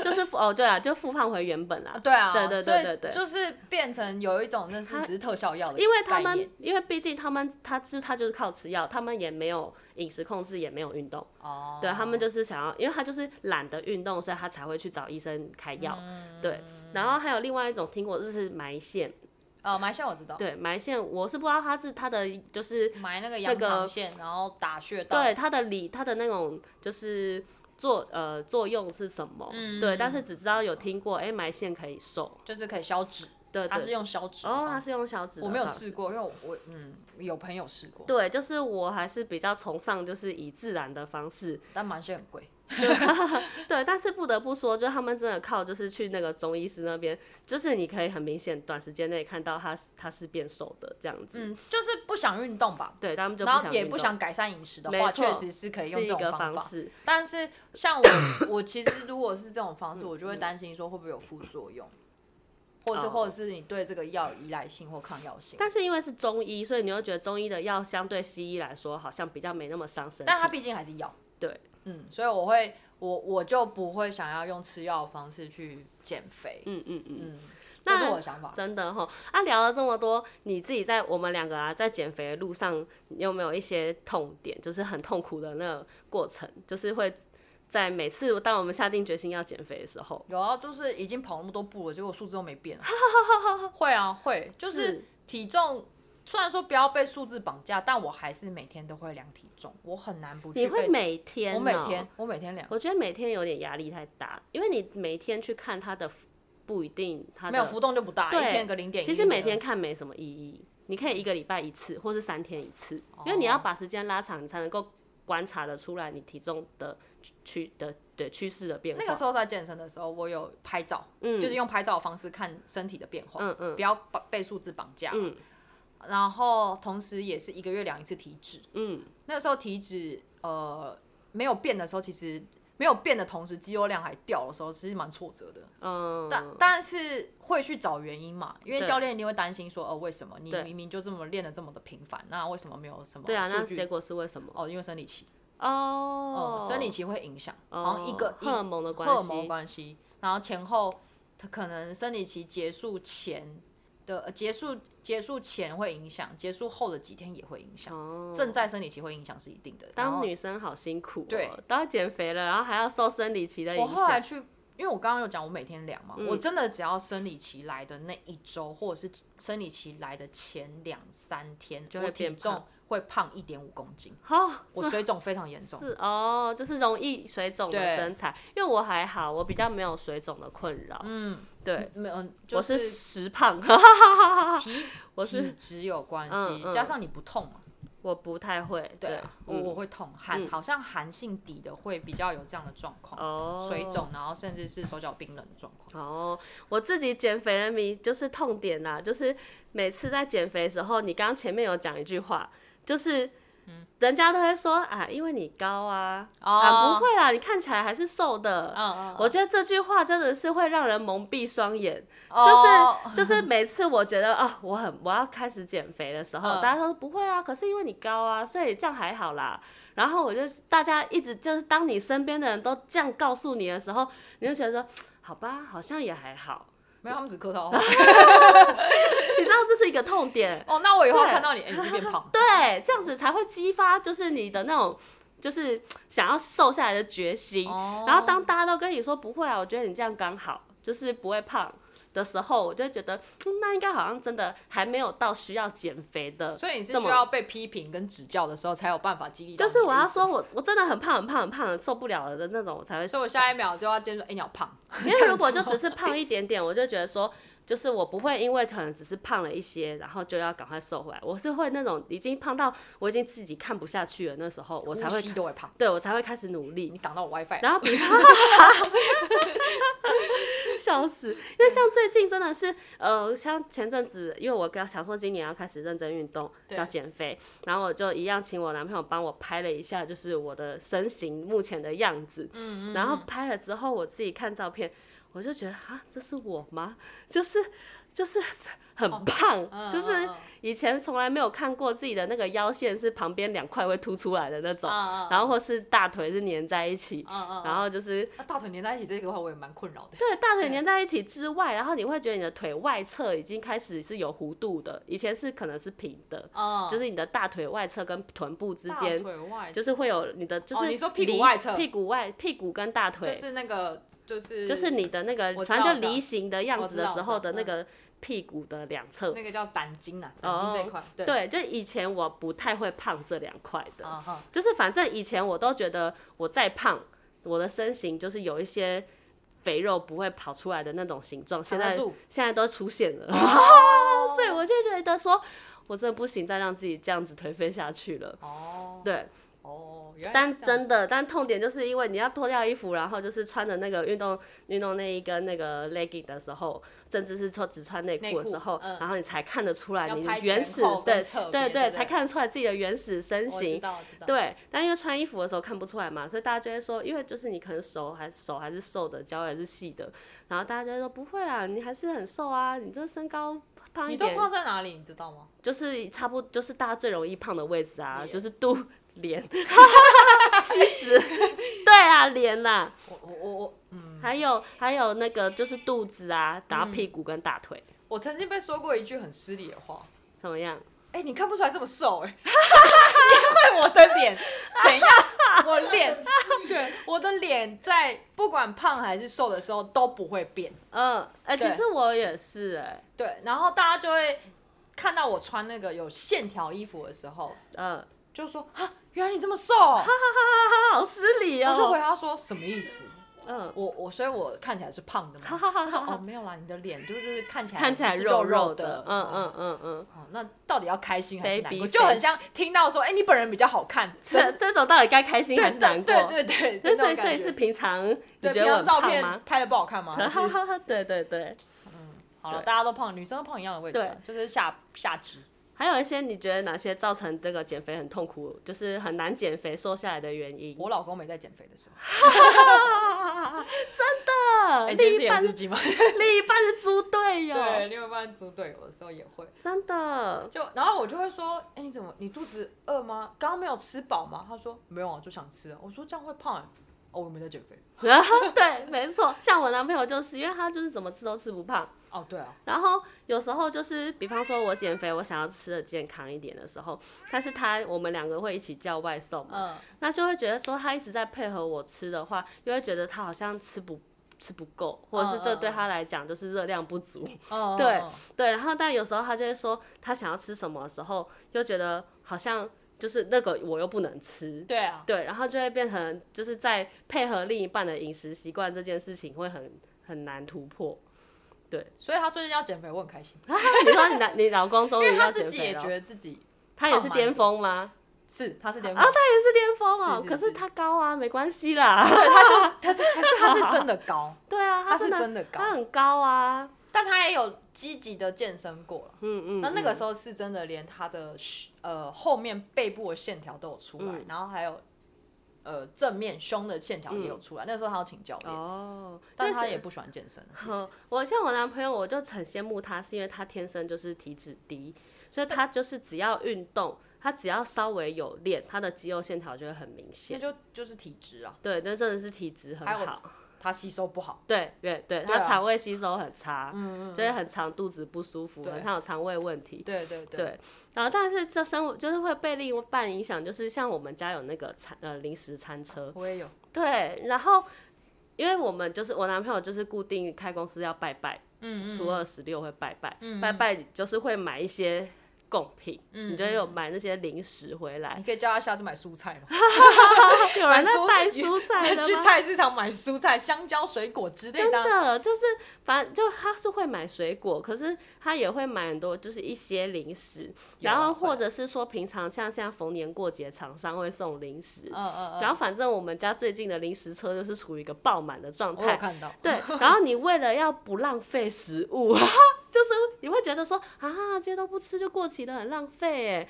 就是复哦对啊，就复胖回原本啦
啊，对啊，
对对
所以
对对对
就是变成有一种那是
它
只是特效药的，
因为他们因为毕竟他们他就是他就是靠吃药，他们也没有饮食控制，也没有运动，
哦，
对他们就是想要，因为他就是懒得运动，所以他才会去找医生开药，
嗯
对。然后还有另外一种听过就是埋线，啊
呃，埋线我知道，
对埋线，我是不知道他是他的就是
埋那个羊肠线，然后打穴道，
对它的理，它的那种就是作呃作用是什么？
嗯
对，但是只知道有听过，哎、埋线可以瘦，
就是可以消脂，
对
它
对
是用消脂的
哦，
方
它
式，
是用小指，
我没有。试过，因为我我嗯有朋友试过，
对，就是我还是比较崇尚就是以自然的方式，
但埋线很贵，
对，但是不得不说，就他们真的靠就是去那个中医师那边，就是你可以很明显短时间内看到他是他是变瘦的这样子，
嗯，就是不想运动吧，
对，他们就
然后也
运
不
动
想改善饮食的话，
没错
确实是可以用
是
这
一
种
个
方
方
法，
式，
但是像 我，我其实如果是这种方式，
嗯
我就会担心说会不会有副作用，或是
哦
或者是你对这个药有依赖性或抗药性。
但是因为是中医，所以你又觉得中医的药相对西医来说好像比较没那么伤身体，
但它毕竟还是药，
对，
嗯，所以我会，我我就不会想要用吃药的方式去减肥，
嗯嗯嗯。
嗯，这
那
是我的想法。
真的哈，啊，聊了这么多，你自己在我们两个啊，在减肥的路上，你有没有一些痛点，就是很痛苦的那个过程，就是会在每次当我们下定决心要减肥的时候，
有啊，就是已经跑那么多步了，结果数字都没 变啊。会啊，会，就是
是
体重。虽然说不要被数字绑架，但我还是每天都会量体重，我很难不去
你
被。
会每天、哦
我每天，我每天量。
我觉得每天有点压力太大，因为你每天去看它的不一定它的
没有浮动就不大，
对
一天个零点一。
其实每天看没什么
哦
意义，你可以一个礼拜一次，或是三天一次，因为你要把时间拉长，你才能够观察得出来你体重的趋的对趋势的变化。
那个时候在健身的时候，我有拍照，就是用拍照的方式看身体的变化，
嗯嗯
不要把被数字绑架。然后同时也是一个月量一次体脂，
嗯，
那个时候体脂呃没有变的时候，其实没有变的同时肌肉量还掉的时候，其实蛮挫折的。
嗯，
但但是会去找原因嘛，因为
对
教练一定会担心说，哦，为什么你
对
明明就这么练的这么的频繁，那为什么没有什么
对啊，
数
那
据？
结果是为什么？
哦，因为生理期，
哦
哦，，生理期会影响，
哦
好像一个一
荷尔蒙的
荷尔
关
蒙
系，
关系，然后前后它可能生理期结束前的、呃结束结束前会影响，结束后的几天也会影响，
哦
正在生理期会影响是一定的。然
当
后
女生好辛苦、哦，
对，
都要减肥了，然后还要受生理期的
我
影
后来
响，嗯
去，因为我刚刚有讲我每天量嘛，我真的只要生理期来的那一周，或者是生理期来的前两三天，
就会
我体
变
重
胖
会胖一点五公斤，
好、
我水肿非常严重。
哦是哦，就是容易水肿
对
的身材，因为我还好，我比较没有水肿的困扰，
嗯，
对，
没有，
我
就是是
实胖，
体
我
体
是
质有关
嗯
系，
嗯
加上你不痛嘛。
我不太会，
对
对嗯
啊，，我我会痛，寒、好像寒性底的会比较有这样的状况，
哦，
水肿，然后甚至是手脚冰冷的状况。
哦，我自己减肥的迷就是痛点啦、就是每次在减肥的时候，你刚刚前面有讲一句话，就是。人家都会说啊，因为你高啊，
哦
啊不会啦，你看起来还是瘦的，
嗯
我觉得这句话真的是会让人蒙蔽双眼，
嗯，
就是就是每次我觉得啊，我很我要开始减肥的时候，
嗯
大家都说不会啊，可是因为你高啊，所以这样还好啦。然后我就大家一直就是当你身边的人都这样告诉你的时候，你就觉得说好吧，好像也还好。
没有他们只客套话。
你知道这是一个痛 点，
哦，那我以后
对，
看到你，哎、你是变胖
对，这样子才会激发就是你的那种就是想要瘦下来的决心。
哦
然后当大家都跟你说不会啊，我觉得你这样刚好，就是不会胖的时候，我就会觉得、嗯那应该好像真的还没有到需要减肥的。
所以你是
这么
需要被批评跟指教的时候才有办法激励到
就
你的意思。
是我要说我我真的很胖很胖很胖受不了了的那种，我才会。
所以我下一秒就要接受，哎、你好胖。
因为如果就只是胖一点点，我就觉得说，就是我不会因为可能只是胖了一些，然后就要赶快瘦回来。我是会那种已经胖到我已经自己看不下去了，那时候我
我
才会，
都会胖，
对我才会开始努力
你。挡到我 WiFi，
然后比方，笑死！因为像最近真的是，呃，像前阵子，因为我刚想说今年要开始认真运动，
对
要减肥，然后我就一样请我男朋友帮我拍了一下，就是我的身形目前的样子。嗯然后拍了之后，我自己看照片，我就觉得啊，这是我吗？就是就是 很胖，就是
哦嗯
以前从来没有看过自己的那个腰线是旁边两块会凸出来的那种，
嗯
然后或是大腿是粘在一起。
嗯嗯，
然后就是
那大腿粘在一起这个话，我也蛮困扰的。
哦对大腿粘在一起之外，然后你会觉得你的腿外侧已经开始是有弧度的，以前是可能是平的，
嗯，
就是你的大腿外侧跟臀部之
大
间，
腿外
就是会有你的就是、
哦你说屁股外侧
屁股外屁股跟大
就
腿，
是那个就是
就是你的那个
我知道
反正
我知
就
道
梨形的样子的时候的那
我知道嗯
个屁股的两侧。
那个叫胆经啊，胆经这一块，对，
哦对，就以前我不太会胖这两块的，
嗯哼
就是反正以前我都觉得我再胖，我的身形就是有一些肥肉不会跑出来的那种形状，现
藏
在
得住
现在都出现了，
哦
所以我就觉得说，我真的不行，再让自己这样子颓废下去了。
哦
对，
哦，原来
但
是这样
真的，但痛点就是因为你要脱掉衣服，然后就是穿着那个运动运动内衣跟那个 legging 的时候，甚至是说只穿内
内
裤的
裤
时候，
嗯
然后你才看得出来
要
啊你
拍前
原始
后跟
对
侧边
对
对不对
才看得出来自己的原始身
我知
形。
道，我知道，
对，但因为穿衣服的时候看不出来嘛，所以大家就会说，因为就是你可能手还手还是瘦的，脚也是细的，然后大家就会说不会啦，你还是很瘦啊，你这身高胖一
你都
点，
胖在哪里，你知道 吗？
就是差不多就是大家最容易胖的位置啊，就是肚脸， 气死，对啊，脸啦，
我我我我，嗯，
还有还有那个就是肚子啊，然后屁股跟大腿，
我曾经被说过一句很失礼的话，
怎么样？
哎、你看不出来这么瘦哎、 因为我的脸怎样，我脸，对，我的脸在不管胖还是瘦的时候都不会变，
嗯，哎、
对
其实我也是哎、
对，然后大家就会看到我穿那个有线条衣服的时候，
嗯，
就说啊，原来你这么瘦哦、
他好失礼哦、
我就回他说什么意思？嗯，我我所以，我看起来是胖的嘛。
哈哈哈
他说
哈
哦，没有啦，你的脸就是看起来
看起来
是
肉
肉
的
的，，
嗯嗯嗯嗯，
哦，那到底要开心还是难
Baby
过？就很像听到说，哎、你本人比较好看，
这这种到底该开心
对
还是难过？
对对对对，
那
那
所
种
以所以
感觉
是平常你
对
觉
平
得
常
我很
照
胖吗
片？拍的不好 看吗？还是
对对对，
好了，
对
大家都胖，女生都胖一样的位置啊、就是下下肢。
还有一些你觉得哪些造成这个减肥很痛苦，就是很难减肥瘦下来的原因？
我老公没在减肥的时候，
啊
哎、
另
今天是
一
演
半
出
是哦
机吗？
另一半是猪队友，
对，另外一半组队友的时候也会，
真的，
就然后我就会说，哎、你怎么你肚子饿吗？刚刚没有吃饱吗？他说没有啊，就想吃啊。我说这样会胖、哎，哦，我没在减肥。
然后对，没错，像我男朋友就是，因为他就是怎么吃都吃不胖，
哦，对啊，
然后有时候就是，比方说我减肥，我想要吃的健康一点的时候，但是他我们两个会一起叫外送嘛，
嗯，
那就会觉得说他一直在配合我吃的话，又会觉得他好像吃不吃不够，或者是这对他来讲就是热量不足。
哦
对
哦
对，然后但有时候他就会说他想要吃什么的时候，又觉得好像就是那个我又不能吃。
对啊，
对，然后就会变成就是在配合另一半的饮食习惯这件事情会很很难突破。
所以他最近要减肥，我很开心，
啊、你说你男你老公终
因为
于
他
要
自
减
己也
肥
觉
了，
得自己
他也是
胖蛮
巅
多
峰吗？
是他是巅
啊
峰，
他也是巅峰哦，
是是
可是
是
他高啊，没关系啦。
对他就是他是可是他是真的高，
对啊，
他是
真的
真的高，
他很高啊，
但他也有积极的健身过了。
嗯嗯，
那那个
嗯
时候是真的，连他的呃后面背部的线条都有出
嗯
来，然后还有呃正面胸的线条也有出来。那时候他要请教练，
嗯哦，
但
那
他
是
也不喜欢健身。其实
嗯，我像我男朋友，我就很羡慕他，是因为他天生就是体脂低，所以他就是只要运动，他只要稍微有练，他的肌肉线条就会很明
那
显。
就就是体质啊，
对，那真的是体质很
还有
好。
他吸收不好。
对对对，
对
他
啊
肠胃吸收很差，
嗯
就会很常肚子不舒服，
对
很常有肠胃问题。
对对对，
对，然后但是这生活就是会被另一半影响，就是像我们家有那个餐呃零食餐车，
我也有。
对，然后因为我们就是我男朋友就是固定开公司要拜拜，
嗯
初二十六会拜拜，拜拜就是会买一些贡品，
嗯
你就有买那些零食回 来
你，可以叫他下次买蔬菜嘛，
有人在
蔬
带蔬 菜的
去
吗？
菜市场买蔬菜、香蕉、水果之类
真
的啊。
的就是，反正就他是会买水果，可是他也会买很多，就是一些零食，
有啊
然后
会
或者是说平常像像逢年过节，厂商会送零食，
嗯嗯
然后反正我们家最近的零食车就是处于一个爆满的状
嗯，我有
态，
看到。
对，然后你为了要不浪费食物， 就是你会觉得说啊，这些都不吃就过期了，很浪费哎。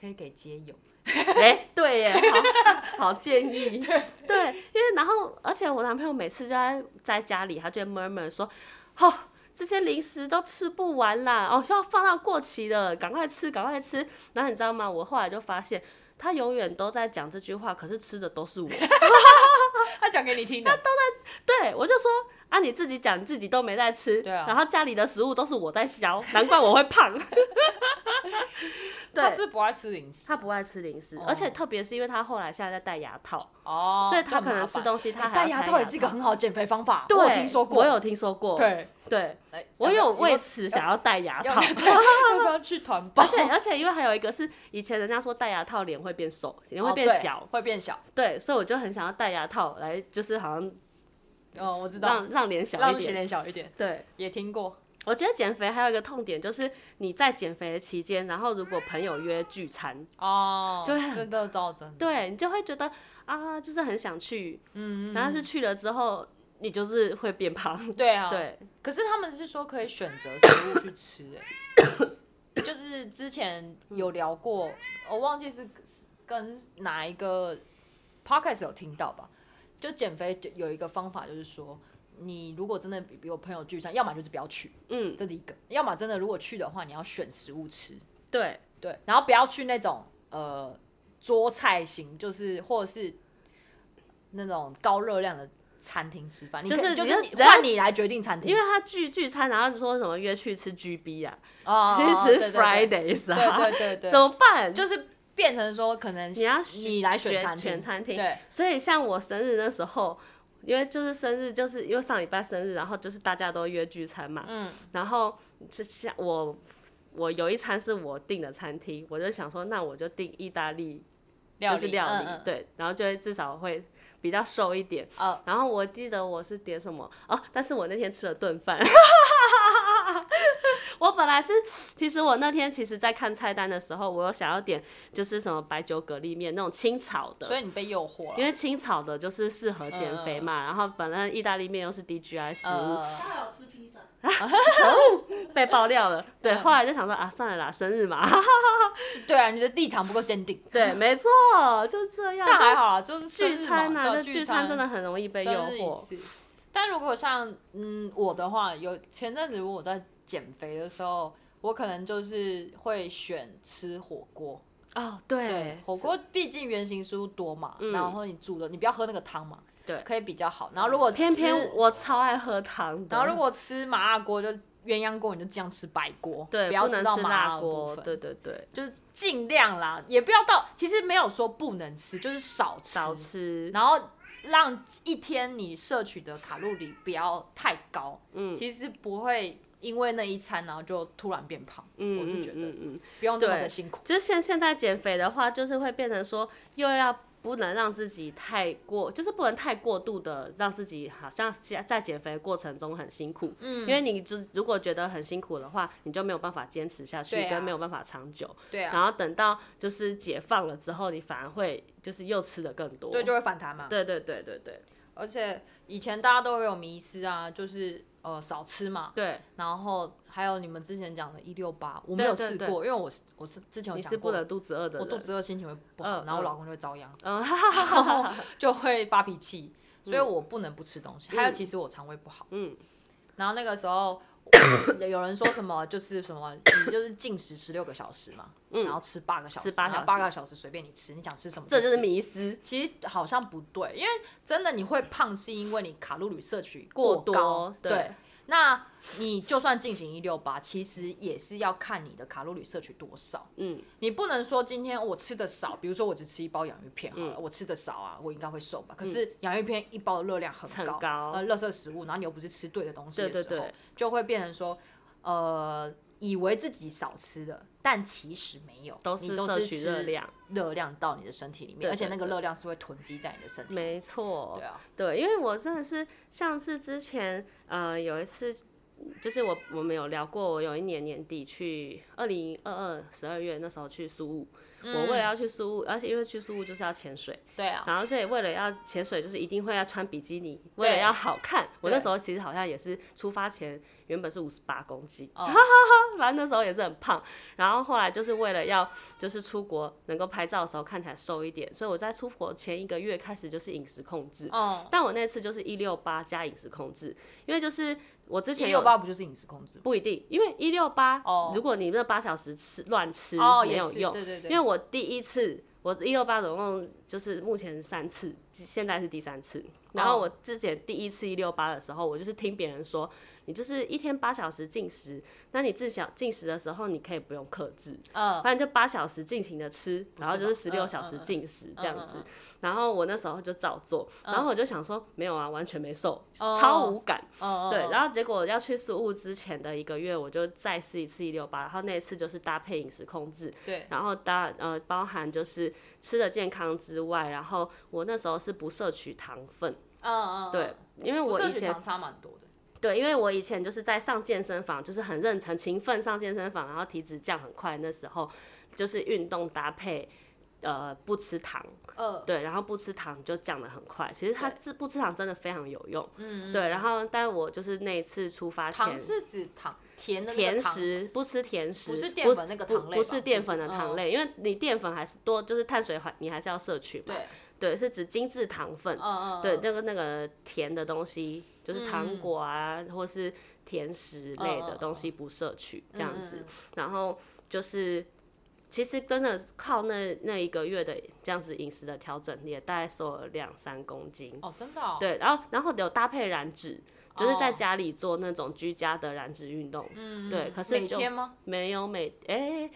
可以给街友，
哎、对耶，好好建议。对，因为然后而且我男朋友每次就在在家里，他就会 murmur 说，哦，这些零食都吃不完啦，哦，要放到过期了，赶快吃，赶快吃。然后你知道吗？我后来就发现。他永远都在讲这句话，可是吃的都是我。
他讲给你听的。
对我就说啊，你自己讲，你自己都没在吃，
对啊
然后家里的食物都是我在削，难怪我会 胖。对
他，是不爱吃零食
他不爱吃零食，
哦
而且特别是因为他后来现在在戴牙套，
哦，
所以他
就很
可能
麻
吃
烦
东西
哎
他还
戴
要
牙
拆
套也是一个很好的减肥方法，我有
对
听说过。
我有听说过，
对，
对，
哎
我
要
有
不要
为此想要戴牙
要
套
不， 要对要不要去团报
而？且而且因为还有一个是以前人家说戴牙套脸会变瘦，脸会
哦
变
对
小，
会变小。
对，所以我就很想要戴牙套来，就是好像
哦，我知道，
让让脸小
让
一
学
点，
脸小一点，
对。
也听过。
我觉得减肥还有一个痛点就是你在减肥的期间，然后如果朋友约聚餐，
哦，
就会很
真的到真的，
对你就会觉得啊，就是很想去，嗯，但是去了之后，你就是会变胖，
对啊，。
对，
可是他们是说可以选择食物去吃，哎， 就是之前有聊过，我忘记是跟哪一个 podcast 有听到吧？就减肥有一个方法，就是说。你如果真的比比我朋友聚餐，要么就是不要去，
嗯，
这是一个；要么真的如果去的话，你要选食物吃，
对，
对，然后不要去那种呃桌菜型，就是或者是那种高热量的餐厅吃饭，你
就是
可以就是
你
你
只要
换你来决定餐
因
厅
为他聚聚餐，然后说什么约去吃 GB 啊，
哦
去
哦
吃
对对对
Fridays 啊，
对对对
怎
对，
么办？
就是变成说可能
你要
你来选餐
选
厅，
餐厅，
对，
所以像我生日那时候，因为就是生日，就是因为上礼拜生日，然后就是大家都约聚餐嘛，
嗯，
然后就像我我有一餐是我订的餐厅，我就想说那我就订意大利，就是料理，
嗯嗯
对，然后就会至少会比较瘦一点。
呃
然后我记得我是点什么哦，但是我那天吃了顿饭。 我本来是，其实我那天其实在看菜单的时候，我有想要点就是什么白酒蛤蜊面那种清炒的，
所以你被诱惑了。
因为清炒的就是适合减
嗯
肥嘛，然后本来意大利面又是 DGI 食物，
呃，
他还有吃披萨，
被爆料了。对，
嗯
后来就想说啊，算了啦，生日嘛，
对啊，你的立场不够坚定。
对， 没错，就这样。
但还好啦，就是
就聚餐
呐、
啊，这
对
聚
餐
餐真的很容易被诱
生日一
惑。
次。但如果像嗯我的话，有前阵子如果我在减肥的时候，我可能就是会选吃火锅。
哦，对嗯
对，，火锅毕竟原型食物多嘛，然后你煮的你不要喝那个汤嘛，
对
可以比较好。然后如果
偏
吃
偏我超爱喝汤的。
然后如果吃麻辣锅就鸳鸯锅，你就这样吃白锅，
对
不要
能
吃到
吃
麻
辣
的部
锅，
分，
对对对，
就是尽量啦，也不要到，其实没有说不能吃，就是少吃，
少吃。
然后让一天你摄取的卡路里不要太高，嗯，其实不会因为那一餐然后就突然变胖，
嗯
我是觉得
嗯嗯嗯
不用这么
对
的辛苦，
就是现现在减肥的话，就是会变成说又要。不能让自己太过，就是不能太过度的让自己好像在在减肥的过程中很辛苦，嗯，因为你就如果觉得很辛苦的话，你就没有办法坚持下去，
对啊
跟没有办法长久，
对啊，
然后等到就是解放了之后，你反而会就是又吃的更多，
对，啊就会反弹嘛。
对对对对对
而且以前大家都会有迷失啊，就是呃少吃嘛，
对，
然后还有你们之前讲的一六八，我没有
对
试
对
过，因为我是我是之前有
你
讲
是不
过，
能肚子饿的
我
人，
肚子饿心情会不好，
嗯
然后我
嗯
老公就会遭殃，
嗯，
然后 就会发脾气，所以我不能不吃东西。还有，其实我肠胃不好，
嗯，
然后那个时候有人说什么就是什么，你就是禁食十六个小时嘛，然后吃八个小时，
嗯吃八
然后
小时
八个小时随便你吃，你想吃什么
这就是
吃
迷思，
其实好像不对，因为真的你会胖是因为你卡路里摄取
过
高
多，
对。
对
那你就算进行一六八，其实也是要看你的卡路里摄取多少。
嗯，
你不能说今天我吃的少，比如说我只吃一包洋芋片好了，
嗯
我吃的少啊，我应该会瘦吧？可是洋芋片一包的热量很高，
很高
呃，垃圾食物，然后你又不是吃对的东西的
对
时候，
对对
就会变成说，呃，以为自己少吃了，但其实没有，
都
你
是
都
摄
是
取
吃
热量，
热量到你的身体里面，
对
而且那个
对对
热量是会囤积在你的身体。
没错，
对啊，
对，因为我真的是像是之前呃有一次，就是我我们有聊过，我有一年年底去二零二二十二月那时候去苏雾，我为了要去苏雾，而且因为去苏雾就是要潜水，
对啊，
然后所以为了要潜水，就是一定会要穿比基尼，为了要好看。我那时候其实好像也是出发前原本是五十八公斤，
哦
哈哈哈， 反正那时候也是很胖。然后后来就是为了要就是出国能够拍照的时候看起来瘦一点，所以我在出国前一个月开始就是饮食控制。
嗯，
但我那次就是一六八加饮食控制，因为就是我之
一
前
六
有
八不就是饮食控制吗？
不一定，因为一六八
哦，
如果你那八小时吃乱吃、
哦，
嗯没
也
有
是，
用，
对对对，
因为我第一次，我一六八总共就是目前三次，现在是第三次。
哦
然后我之前第一次一六八的时候，我就是听别人说，你就是一天八小时进食，那你至少进食的时候你可以不用克制，
嗯，
反正就八小时尽情的吃，
不是吧
然后就是
嗯
十六
嗯
小时
嗯
进食这样
嗯
子
嗯。
然后我那时候就照做，然后我就想说没有啊，完全没瘦，
哦
超无感。
哦，
对，然后结果要去宿务之前的一个月，我就再试一次一六八，然后那一次就是搭配饮食控制，
对，
然后搭呃包含就是吃的健康之外，然后我那时候是不摄取糖分，
嗯嗯，
对，，因为
我
我
摄
以
取
前
糖差蛮多的，
对，因为我以前就是在上健身房，就是很认很勤奋上健身房，然后体脂降很快，那时候就是运动搭配。呃，不吃糖，
呃，
对，然后不吃糖就降得很快。其实它
对
自不吃糖真的非常有用，嗯，对。然后，但我就是那一次出发前，
糖是指糖甜的那个
甜
糖，
食不吃甜食，
不是淀粉那个
不
糖类
不
吧嗯
是淀粉的糖，类，因为你淀粉还是多，就是碳水还你还是要摄取嘛。
嗯对，
对，是指精致糖分。
嗯嗯，
对，
嗯，
那个那个甜的东西，就是糖果啊，或是甜食类的东西不摄取这样子。
嗯嗯嗯
然后就是，其实真的靠那那一个月的这样子饮食的调整，也大概瘦了两三公斤。
哦，真的哦，
对，然后然后有搭配燃脂，就是在
哦
家里做那种居家的燃脂运动。嗯，对，可是
每
就
天吗？
没有每哎、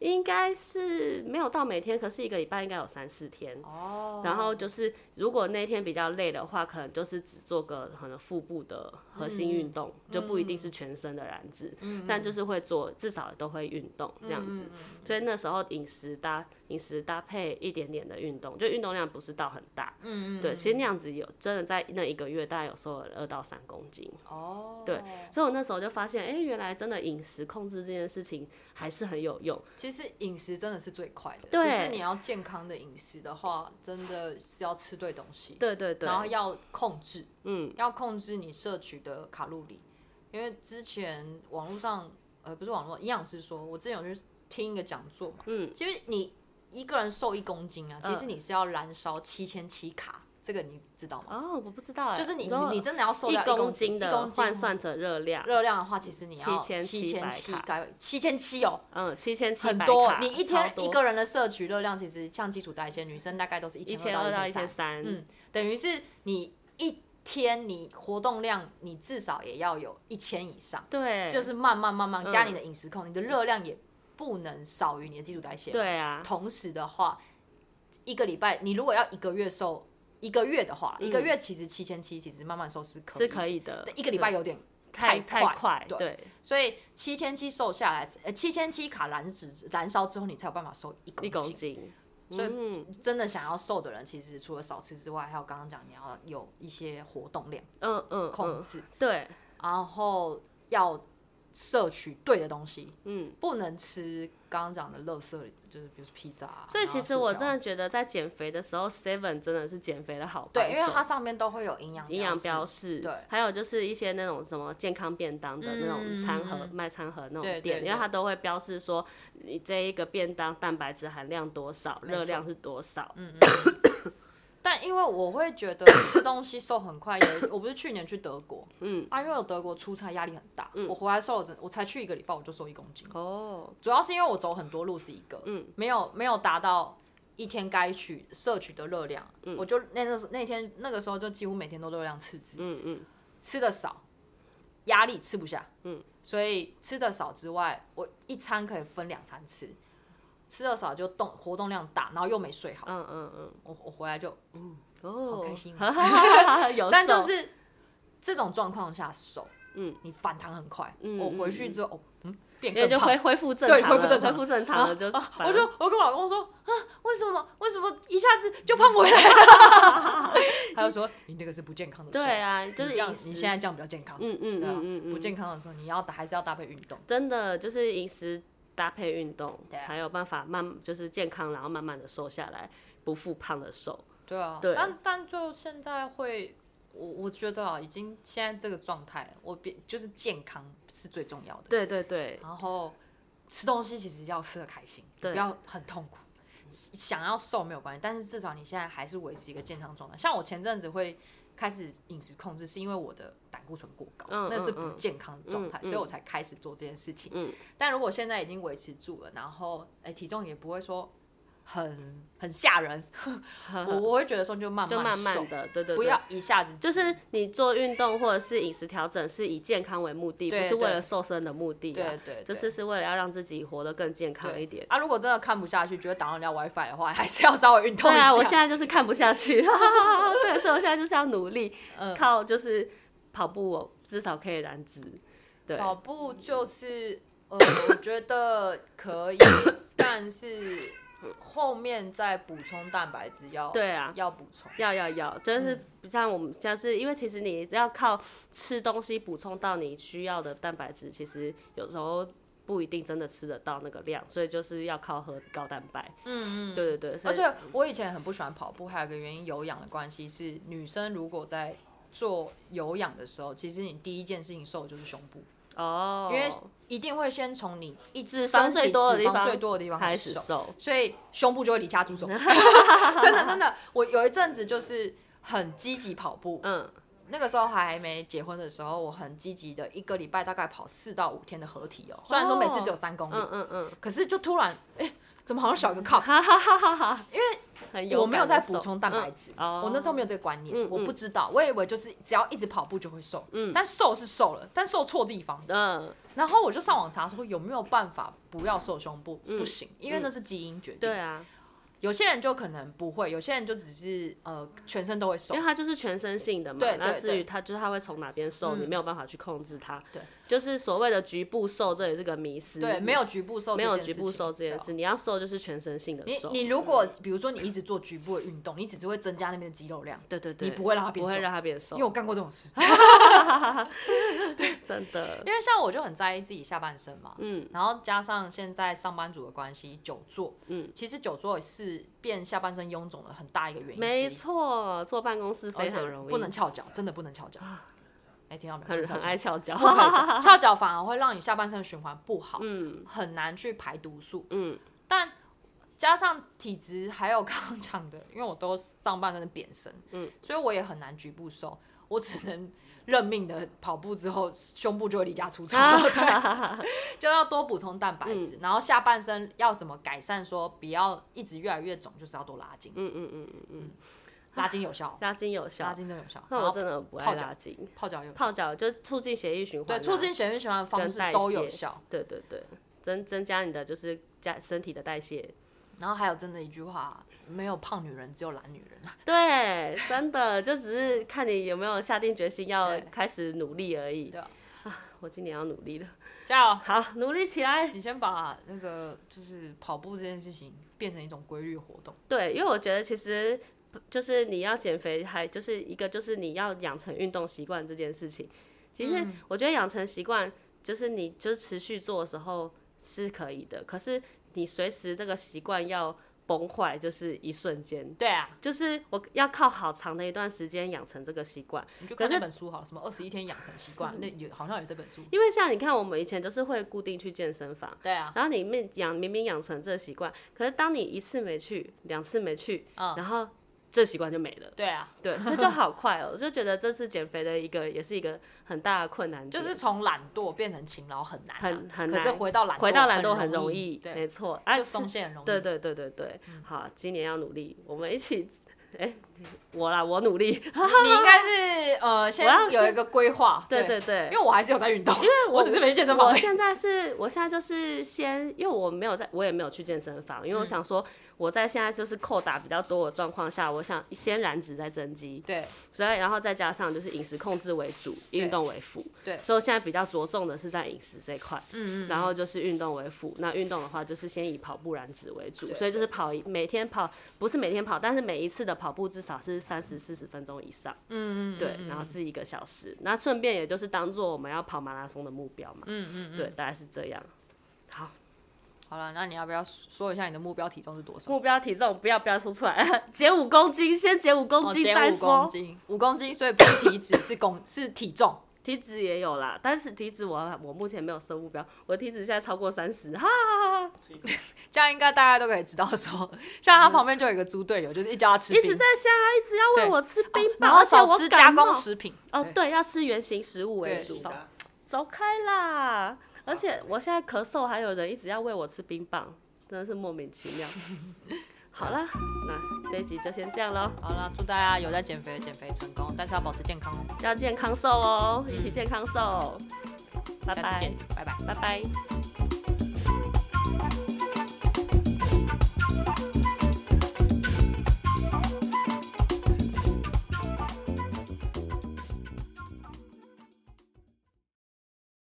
应该是没有到每天，可是一个礼拜应该有三四天。
哦，
然后就是，如果那天比较累的话，可能就是只做个可能腹部的核心运动，就不一定是全身的燃脂，但就是会做，至少都会运动这样子。所以那时候饮食搭饮食搭配一点点的运动，就运动量不是到很大，嗯嗯，对，其实那样子有真的在那一个月大概有瘦了二到三公斤，
哦，
对，所以我那时候就发现，哎、原来真的饮食控制这件事情还是很有用，
其实饮食真的是最快的，
对
只是你要健康的饮食的话，真的是要吃对东西，
对对对
然，后要控制，
嗯，
要控制你摄取的卡路里，因为之前网络上，呃，不是网络，营养师说，我之前有去听一个讲座嘛，
嗯，
其实你一个人瘦一公斤啊，其
嗯
实你是要燃烧七千七卡，这个你知道吗？
哦，我不知道哎，
就是你
说
你真的要瘦
一
掉
公
公
斤
一
的
公
换
斤
算成热量，
热量的话，其实你要七
7700
千七
卡
改七千七哦。
嗯，七千七
很
百
多
卡，，
你一
超
天
多
一个人的摄取热量，其实像基础代谢，女生大概都是一
一
千
千二
到
到
一
一千三，
嗯，等于是你一天你活动量，你至少也要有一千以上，
对，
嗯就是慢慢慢慢
嗯
加你的饮食控，你的热量也不能少于你的基础代谢。，
对啊，
同时的话，一个礼拜你如果要一个月瘦一个月的话，一个
嗯
月其实七千七，其实慢慢瘦是可以
是
的，
可以的
但，一个礼拜有点
太
太快
快，
对
对，
所以七千七瘦下来，呃，七千七卡燃脂燃烧之后，你才有办法瘦一公
一
斤。
公斤，
所以
嗯
真的想要瘦的人，其实除了少吃之外，还有刚刚讲你要有一些活动量
嗯嗯
控
嗯，
制，
对，
然后要摄取对的东西，
嗯。
不能吃刚刚讲的垃圾，就是比如说披萨、啊。
所以其实我真
的
的觉得，在减肥的时候，Seven 真的是减肥的好帮
对，
手
因为它上面都会有营养
营养标
示，
示，
对，
还有就是一些那种什么健康便当的那种
嗯
餐盒
嗯
卖餐盒那种
对对
店，
对
因为它都会标示说你这一个便当蛋白质含量多少，
没错
热量是多少，
嗯 但因为我会觉得吃东西瘦很快，有一我不是去年去德国，
嗯
啊，因为我德国出差压力很大，我回来瘦了整，我才去一个礼拜我就瘦一公斤，
哦，
主要是因为我走很多路是一个，
嗯
没有没有达到一天该取摄取的热量，
嗯
我就那那时那天那个时候就几乎每天都热量赤字，
嗯嗯，
吃的少，压力吃不下，嗯，所以吃的少之外，我一餐可以分两餐吃，吃的少就动活动量大，然后又没睡好，
嗯嗯嗯，
我我回来就，
哦，
好开心
有瘦，
但就是这种状况下瘦，
嗯，
你反弹很快，
嗯
我回去之后，哦嗯，变
因为
更
就
胖
恢。恢复正常
对
了，
恢复正常
恢复正常了就，
啊
反
我
正
就我跟我老公说啊，为什么为什么一下子就胖回来了？ 他就说你那个是不健康的事，
对啊，就
你
是
这样
饮食
你现在这样比较健康，
嗯嗯
对啊
嗯嗯，嗯
不健康的时候你要还是要搭配运动，
真的就是饮食搭配运动，
对啊
才有办法慢，就是健康，然后慢慢的瘦下来，不复胖的瘦。
对啊，
对
但但就现在会。我我觉得啊，已经现在这个状态，我变就是健康是最重要的。
对对对，
然后吃东西其实要吃的开心，你
对
不要很痛苦。想要瘦没有关系，但是至少你现在还是维持一个健康状态。像我前阵子会开始饮食控制，是因为我的胆固醇过高，
嗯
那是
嗯
不
嗯
健康的状态，
嗯嗯
所以我才开始做这件事情。
嗯
但如果现在已经维持住了，然后哎、体重也不会说很很吓人， 我我会觉得说就慢
就慢
瘦，
慢的，对对对，
不要一下子
就是你做运动或者是饮食调整，是以健康为目的，
对
不是为
对
了瘦身的目的、
对
啊。
对对，
就是是为了要让自己活得更健康
对
一点。
啊。如果真的看不下去，觉得挡人家 WiFi 的话，还 是要稍微运动
对
一下。
啊，我现在就是看不 下去，对，所以我现在就是要努力，
嗯
靠就是跑步，我至少可以燃脂。对，
跑步就是， 呃，我觉得可以，但是后面再补充蛋白质要
对啊，
要补充。
要要要，就是
嗯
不像我们就是因为其实你要靠吃东西补充到你需要的蛋白质，其实有时候不一定真的吃得到那个量，所以就是要靠喝高蛋白。嗯嗯，对对对，所
而
以
且我以前很不喜欢跑步，还有一个原因，有氧的关系是女生如果在做有氧的时候，其实你第一件事情瘦的就是胸部，
哦，
因为一定会先从你一
脂
身
肪
体
最多的
脂
地
肪
方
最多的地方
开
开
始
始瘦。
瘦，
所以胸部就会离家出 走。真的真的，我有一阵子就是很积极跑步，
嗯，
那个时候还没结婚的时候，我很积极的一个礼拜大概跑四到五天的合体哦、虽然说每次只有三公里，
嗯嗯嗯，
可是就突然哎、怎么好像少一个 cup？
哈哈哈哈哈，因为 很有
我没有在
感地
补
瘦
充蛋白质。
嗯哦
我那时候没有这个观念，
嗯嗯
我不知道，我以为就是只要一直跑步就会瘦，但瘦是瘦了，但瘦错地方。
嗯，
然后我就
嗯
上网查说有没有办法不要瘦胸部，不行，因为那是基因决定。
对啊，
有些人就可能不会，有些人就只是呃全身都会瘦
因为。它就是全身性的嘛。
对
那
对嗯
至于它就是它会从哪边瘦，你没有办法去控制它。
对，
就是所谓的局部瘦，这也是个迷思。
对，没有局部瘦，
没有局部瘦这件
件
事，
事情。
你要瘦就是全身性的
对
瘦。
你你如果比如说你一直做局部的运动，你只是会增加那边的肌肉量，
对对对，
你不会让它
不
变
会
瘦，
让它变瘦
因为，我干过这种事。
真的。
因为像我就很在意自己下半身嘛，嗯，然后加上现在上班族的关系，久坐，嗯，其实久坐是变下半身臃肿的很大一个原因之一，
没错，坐办公室非
而且
常容易，
不能翘脚，真的不能翘脚。哎、听到没有？
很
不能
很
翘脚
爱翘 脚。
不可以翘翘脚反而会让你下半身的循环不好，嗯，很难去排毒素，嗯，但加上体质还有刚刚讲的，因为我都上半身的扁身，嗯，所以我也很难局部瘦，我只能认命的跑步之后胸部就会离家出走了， 对，就要多补充蛋白质，然后下半身要怎么改善说不要一直越来越肿，就是要多拉筋，嗯嗯嗯嗯嗯，拉筋 有效，
拉筋有效
拉，筋都有效，
那
然
我
后
真的不爱
泡脚
拉筋。
泡脚有效，
泡脚就促进血液循环啊、
对，促进血液循环的方
跟
式
代
都有
谢
效。
对对对，增增加你的就是加身体的代谢。
然后还有真的一句话，没有胖女人，只有懒女人。
对，真的就只是看你有没有下定决心要
对
开始努力而已。
对啊
我今年要努力了，
加油！
好，努力起来。
你先把那个就是跑步这件事情变成一种规律活动。
对，因为我觉得其实就是你要减肥，还就是一个就是你要养成运动习惯这件事情。其实我觉得养成习惯就是你就是持续做的时候是可以的，可是你随时这个习惯要崩坏，就是一瞬间。
对啊，
就是我要靠好长的一段时间养成这个习惯，
你就
可
看
是
那本书好了，什么二十一天养成习 惯，那有好像有这本书。
因为像你看，我们以前就是会固定去健身房，
对啊，
然后你们养明明养成这个习惯，可是当你一次没去，两次没去，
嗯
然后这习惯就没了。
对啊，
对，所以就好快哦，我就觉得这次减肥的一个也是一个很大的困难
就
点，
是从懒惰变成勤劳很难啊、
很很
可是
难
回到懒
回到懒惰
惰
很
容
容易，
对，
没错，啊
就松懈很容易。嗯
对对对对对，好，今年要努力，我们一起，哎、我啦，我努 力，
你应该是呃先
我要
有一个规划。
对
对
对对
因为我还是有在运动，因为我只是没去健身房
我
而已。
现在是，我现在就是先，因为我没有在，我也没有去健身房，
嗯
因为我想说，我在现在就是扣打比较多的状况下，我想先燃脂再增肌，
对
所以然后再加上就是饮食控制为主，运动为辅，
对
所以我现在比较着重的是在饮食这一块，
嗯
嗯，然后就是运动为辅。那运动的话，就是先以跑步燃脂为主，
对
所以就是跑一每天跑，不是每天跑，但是每一次的跑步至少是三十四十分钟以上，嗯嗯，对，然后至一个小时，那顺便也就是当做我们要跑马拉松的目标嘛，嗯嗯对，大概是这样。好，
好了，那你要不要说一下你的目标体重是多少？
目标体重不要标出出来， 减五公斤，先减五公
哦，
斤
减
再
五公
说。
斤，五公斤，所以不是体脂，是公是体重。
体脂也有啦，但是体脂我我目前没有设目标，我体脂现在超过三十，哈哈哈哈。
这样应该大家都可以知道说，像他旁边就有一个猪队友，就是一直叫他吃
一
冰
直，在下，一直要
对
喂我吃冰
哦然
棒，
后
而且
少
我
吃
感
加工
冒
食品。
哦，对，要吃原形食物为
对
主，
少
走开啦！而且我现在咳嗽，还有人一直要喂我吃冰棒，真的是莫名其妙。 好啦，那这一集就先这样喽，
好了，祝大家有在减肥的减肥成功，但是要保持健康哦。
要健康瘦哦，一起健康瘦，拜
嗯下次
拜
见，拜拜。
拜拜。